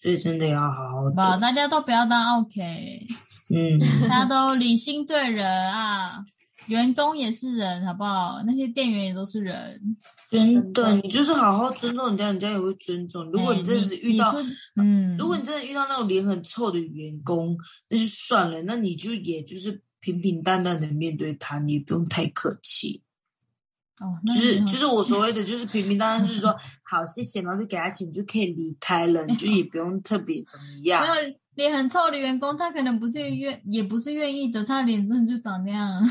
A: 所以真的要好好
B: 好吧，
A: 的，
B: 大家都不要当 OK，
A: 嗯。
B: 大家 都理性对人啊，员工也是人，好不好？那些店员也都是人。
A: 真的，
C: 真的
A: 你就是好好尊重人家，人家也会尊重。如果
B: 哎
A: 你真的是遇到，
B: 你说嗯，
A: 如果你真的遇到那种脸很臭的员工，那就算了，那你就也就是平平淡淡的面对他，你也不用太客气。
B: 哦，
A: 就
B: 那
A: 是
B: 你很
A: 就是我所谓的就是平平淡淡，就是说 好谢谢，然后就给他钱，你就可以离开了，你就也不用特别怎么样
B: 没。有脸很臭的员工，他可能不是愿，也不是愿意的，他的脸真的就长那样。啊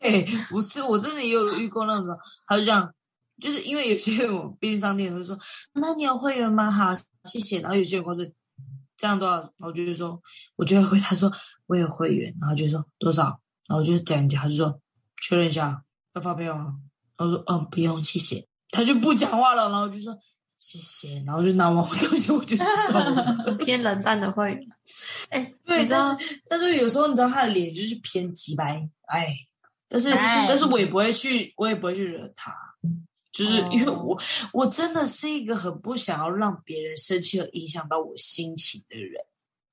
A: 哎， 不是，我真的也有遇过那种，他就这样，就是因为有些我便利商店会说，那你有会员吗？好，谢谢。然后有些员工是这样多少，然后我就会说，我就会回他说我有会员，然后就说多少，然后我就讲一讲，他就说确认一下要发票吗？然后说嗯不用谢谢，他就不讲话了，然后我就说谢谢，然后就拿完我东西我就走了。
C: 偏冷淡的会员。哎，
A: 对，
C: 你知道
A: 但是但是有时候你知道他的脸就是偏急白，哎，但是
B: 哎
A: 但是我也不会去，我也不会去惹他，就是
B: 哦
A: 因为我、我真的是一个很不想要让别人生气和影响到我心情的人。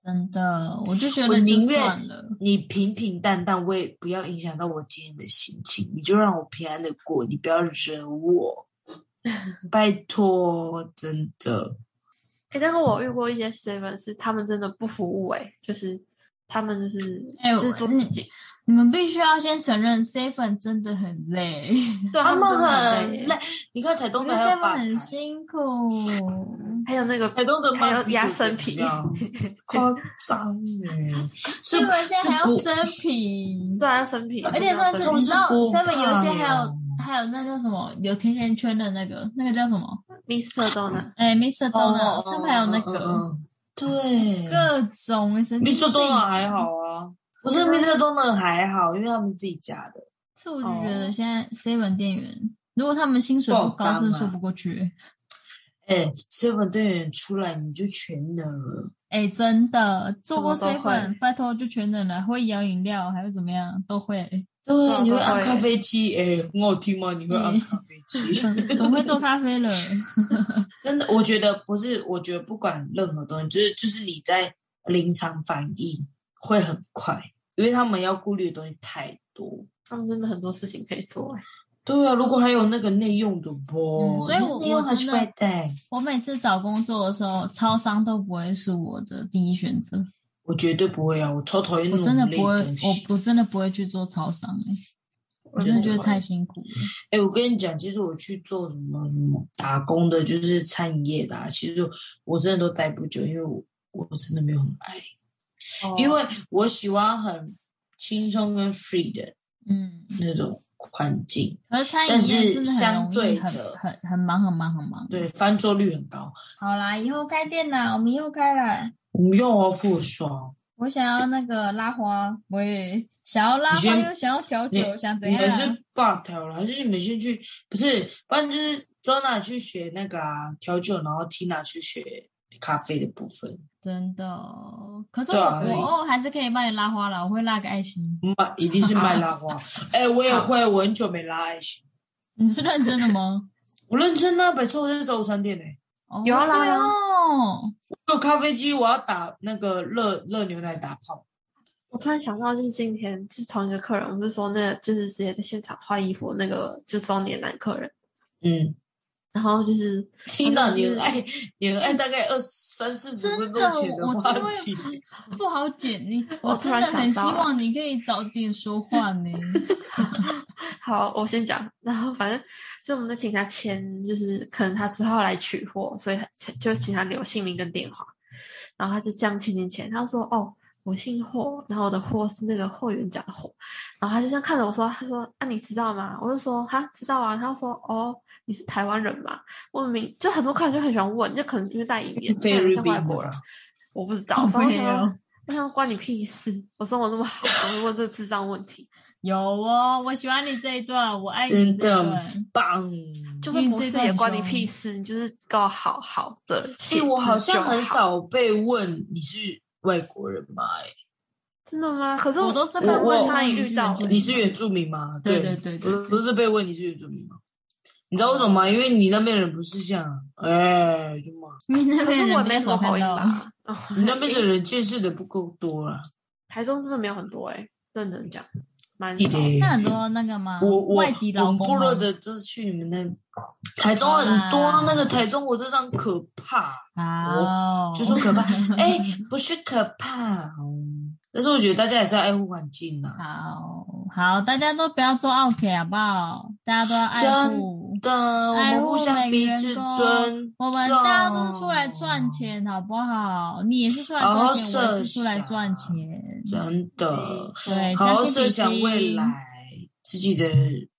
B: 真的，我就觉
A: 我
B: 得就
A: 宁愿
B: 算了。
A: 你平平淡淡，我也不要影响到我今天的心情，你就让我平安的过，你不要惹我，拜托，真的。
C: 哎，但是我遇过一些 seven 是他们真的不服务，哎，就是他们就是
B: 哎
C: 就是
B: 我
C: 做自己，
B: 你们必须要先承认，seven 真的很累，
C: 对啊
A: 他
C: 们
A: 们
C: 真的
A: 很
C: 累
A: 累，你看台
B: 我
A: 东的
B: 觉得
A: 还有
B: seven
A: 吧台，
B: 很辛苦。
C: 还有那个
A: 台东的
C: 还
A: 妈
C: 有
A: 祖
C: 压
A: 也
C: 生
A: 是
C: 皮
A: 这 样夸张哎，是
B: 新闻现在还要
A: 不
B: 生皮，
C: 对啊，生皮，
B: 而且
C: 真
B: 算是
C: 的要
A: 种
B: 你知道
A: 是不
B: ，seven 有一些还
A: 怕
B: 有还有那叫什么有甜甜圈的那个那个叫什么？
C: Mr. Donut，
B: 哎，Mr. Donut，他们还有那
A: 哦嗯
B: 个
A: 嗯嗯对
B: 各种神经
A: ，Mr.
B: 病
A: Donut 还好啊，不是 Mr. Donut 还好，因为他们自己家的。
B: 是我就觉得现在 seven 店员，如果他们薪水
A: 爆
B: 不
A: 肝
B: 高，真的
A: 啊
B: 说不过去。
A: 哎，seven 队员出来你就全能了，
B: 哎，真的做过
C: 什么都
B: seven，拜托就全能了，会摇饮料还会怎么样都会。
A: 嗯对，你会
C: 对
A: 按咖啡机，哎，很好听吗？你会按咖啡 机？
B: 我会做咖啡了，
A: 真的，我觉得不是，我觉得不管任何东西，就是就是你在临场反应会很快，因为他们要顾虑的东西太多。
C: 他们真的很多事情可以做，哎，
A: 对啊，如果还有那个内用的不，
B: 嗯所以我
A: 内用还是外带，
B: 我每次找工作的时候，超商都不会是我的第一选择。
A: 我绝对不会啊！我超讨厌那
B: 我
A: 种
B: 真的
A: 类
B: 不会，
A: 东西
B: 我我真的不会去做超商、欸，我真的觉得太辛苦了。
A: 哎、我跟你讲，其实我去做什么什么打工的，就是餐饮业的、啊，其实我真的都待不久，因为我我真的没有很爱，
B: 哦
A: 因为我喜欢很轻松跟 free 的
B: 嗯，
A: 那种环境，
B: 可是餐饮业真的很
A: 但是相
B: 容易
A: 对
B: 很
A: 的
B: 很很忙很忙很忙。
A: 对，，翻桌率很高。
B: 好啦，以后开店啦，我们以后开啦。
A: 我们用哦，付爽，
B: 我想要那个拉花，我也想要拉
A: 你
B: 花，
A: 先
B: 又想要调
A: 你
B: 酒，想怎
A: 你
B: 样
A: 们
B: 啊？
A: 是霸调了，还是你们先去？不是，不然就是周娜去学那个啊调酒，然后 Tina 去学咖啡的部分。
B: 真的哦，可是我、
A: 对啊
B: 我
A: 你
B: 偶尔还是可以帮你拉花啦，我会拉个爱心。
A: 卖一定是卖拉花，哎、我也会，我很久没拉爱心。
B: 你是认真的吗？
A: 我认真啊，每次我在周三店呢、欸。
B: 哦
C: 有啊拉
B: 对
C: 啊
B: 哦，
A: 做咖啡机，我要打那个热热牛奶打泡。
C: 我突然想到，就是今天就是同一个客人，我们是说那就是直接在现场换衣服那个就中年男客人，
A: 嗯，
C: 然后就是
A: 听到你很
C: 他
A: 爱，你很爱大概二三四十分钟前
B: 真的我
A: 话
B: 我
A: 题。
B: 不好剪 你，
C: 我
B: 我
C: 突
B: 真
C: 然
B: 的很希
C: 想到了
B: 望你可以早点说 话呢。
C: 好，我先讲，然后反正所以我们在请他签，就是可能他之后来取货，所以他就请他留姓名跟电话，然后他就这样签签签，他说哦。我姓霍，然后我的霍是那个霍元甲的霍，然后他就这样看着我说：“他说啊，你知道吗？”我就说：“哈，知道啊。”他说：“哦，你是台湾人嘛？”我明就很多客人就很喜欢问，就可能因 为带语言，可
A: 菲
C: 能
A: 律
C: 是
A: 宾
C: 外国人
A: 的，
C: 我不知道，
B: 哦没
C: 反正我想
B: 有
C: 说我想说关你屁事，我生活那么好，我会问这智障问题，
B: 有哦，我喜欢你这一段，我爱你这一
A: 真的
B: 段。
A: 棒！
C: 就算
B: 因为
C: 不
B: 这
C: 是
B: 段
C: 也
B: 很
C: 关你
B: 凶
C: 屁事，你就是给我好好的
A: 哎、
C: 气质就。
A: 我好像很，少被问你是外国人吗、哎
C: 真的吗？可是
B: 我都是
A: 被问
C: 我
A: 他
C: 常
B: 你
C: 遇
B: 是
C: 到
B: 原住民
C: 欸，
A: 哦你是原住民吗？
B: 对
A: 对
B: 对对
A: 不
B: 对
A: 不是被问你是原住民吗？你知道为什么吗？因为你那边人不是像，哎、就嘛，
B: 你那
C: 可
B: 边
C: 是我
B: 人
C: 也没什么
B: 么
C: 口
B: 看
C: 音
B: 到。
C: 吧？哦
A: 你那边的人见识的不够多啊啦。
C: 台中真的没有很多哎，认真讲，蛮
A: 一
C: 少。
A: 点
B: 那很多那个吗？
A: 我我
B: 外籍劳
A: 我们
B: 工
A: 部落
B: 吗
A: 的就是去你们那台中很多
B: 好啦
A: 那个台中火车站可怕，
B: 好，
A: 就说可怕，哎、不是可怕，但是我觉得大家也是要爱护环境啊，
B: 好好，大家都不要做 OK 好不好？大家都要爱护
A: 真，的，我
B: 爱
A: 们
B: 护
A: 互
B: 每
A: 相
B: 个
A: 彼
B: 员
A: 此
B: 工
A: 尊重，
B: 我们大家都是出来赚，钱，好不好？你也是出来
A: 好好
B: 赚钱，我也
A: 设
B: 是出来
A: 想
B: 赚钱。
A: 哦真的。
B: 对，
A: 好好
B: 将心
A: 设
B: 比
A: 想未
B: 心
A: 来，自己的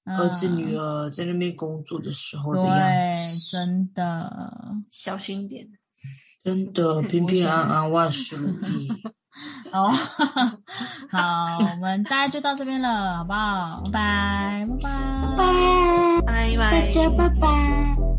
A: 儿子
B: 嗯
A: 女儿在那边工作的时候的样
B: 对，
A: 子，
B: 真的。
C: 小心一点。
A: 真 的平平安安，万事如意。
B: 哦， 好，我们大家就到这边了，好不好？拜拜，拜拜。
C: 拜拜，
A: 拜拜。